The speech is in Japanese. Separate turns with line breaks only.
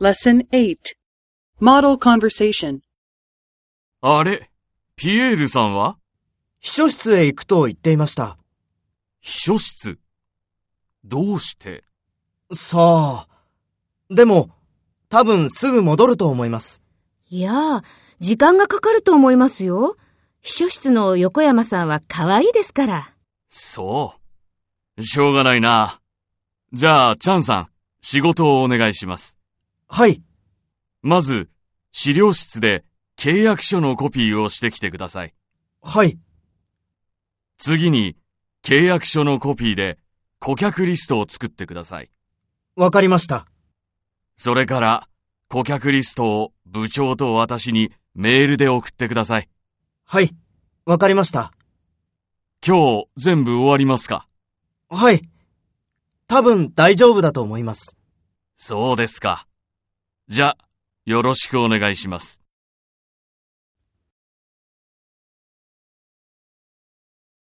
Lesson 8 Model Conversation
あれ、ピエールさんは
秘書室へ行くと言っていました。
秘書室。どうして
さあ。でも、多分すぐ戻ると思います。
いやあ、時間がかかると思いますよ。秘書室の横山さんは可愛いですから。
そう。しょうがないな。じゃあ、チャンさん、仕事をお願いします。
はい、
まず、資料室で契約書のコピーをしてきてください。
はい、
次に、契約書のコピーで顧客リストを作ってください。
わかりました。
それから、顧客リストを部長と私にメールで送ってください。
はい、わかりました。
今日全部終わりますか
はい。多分大丈夫だと思います。
そうですか。じゃ、よろしくお願いします。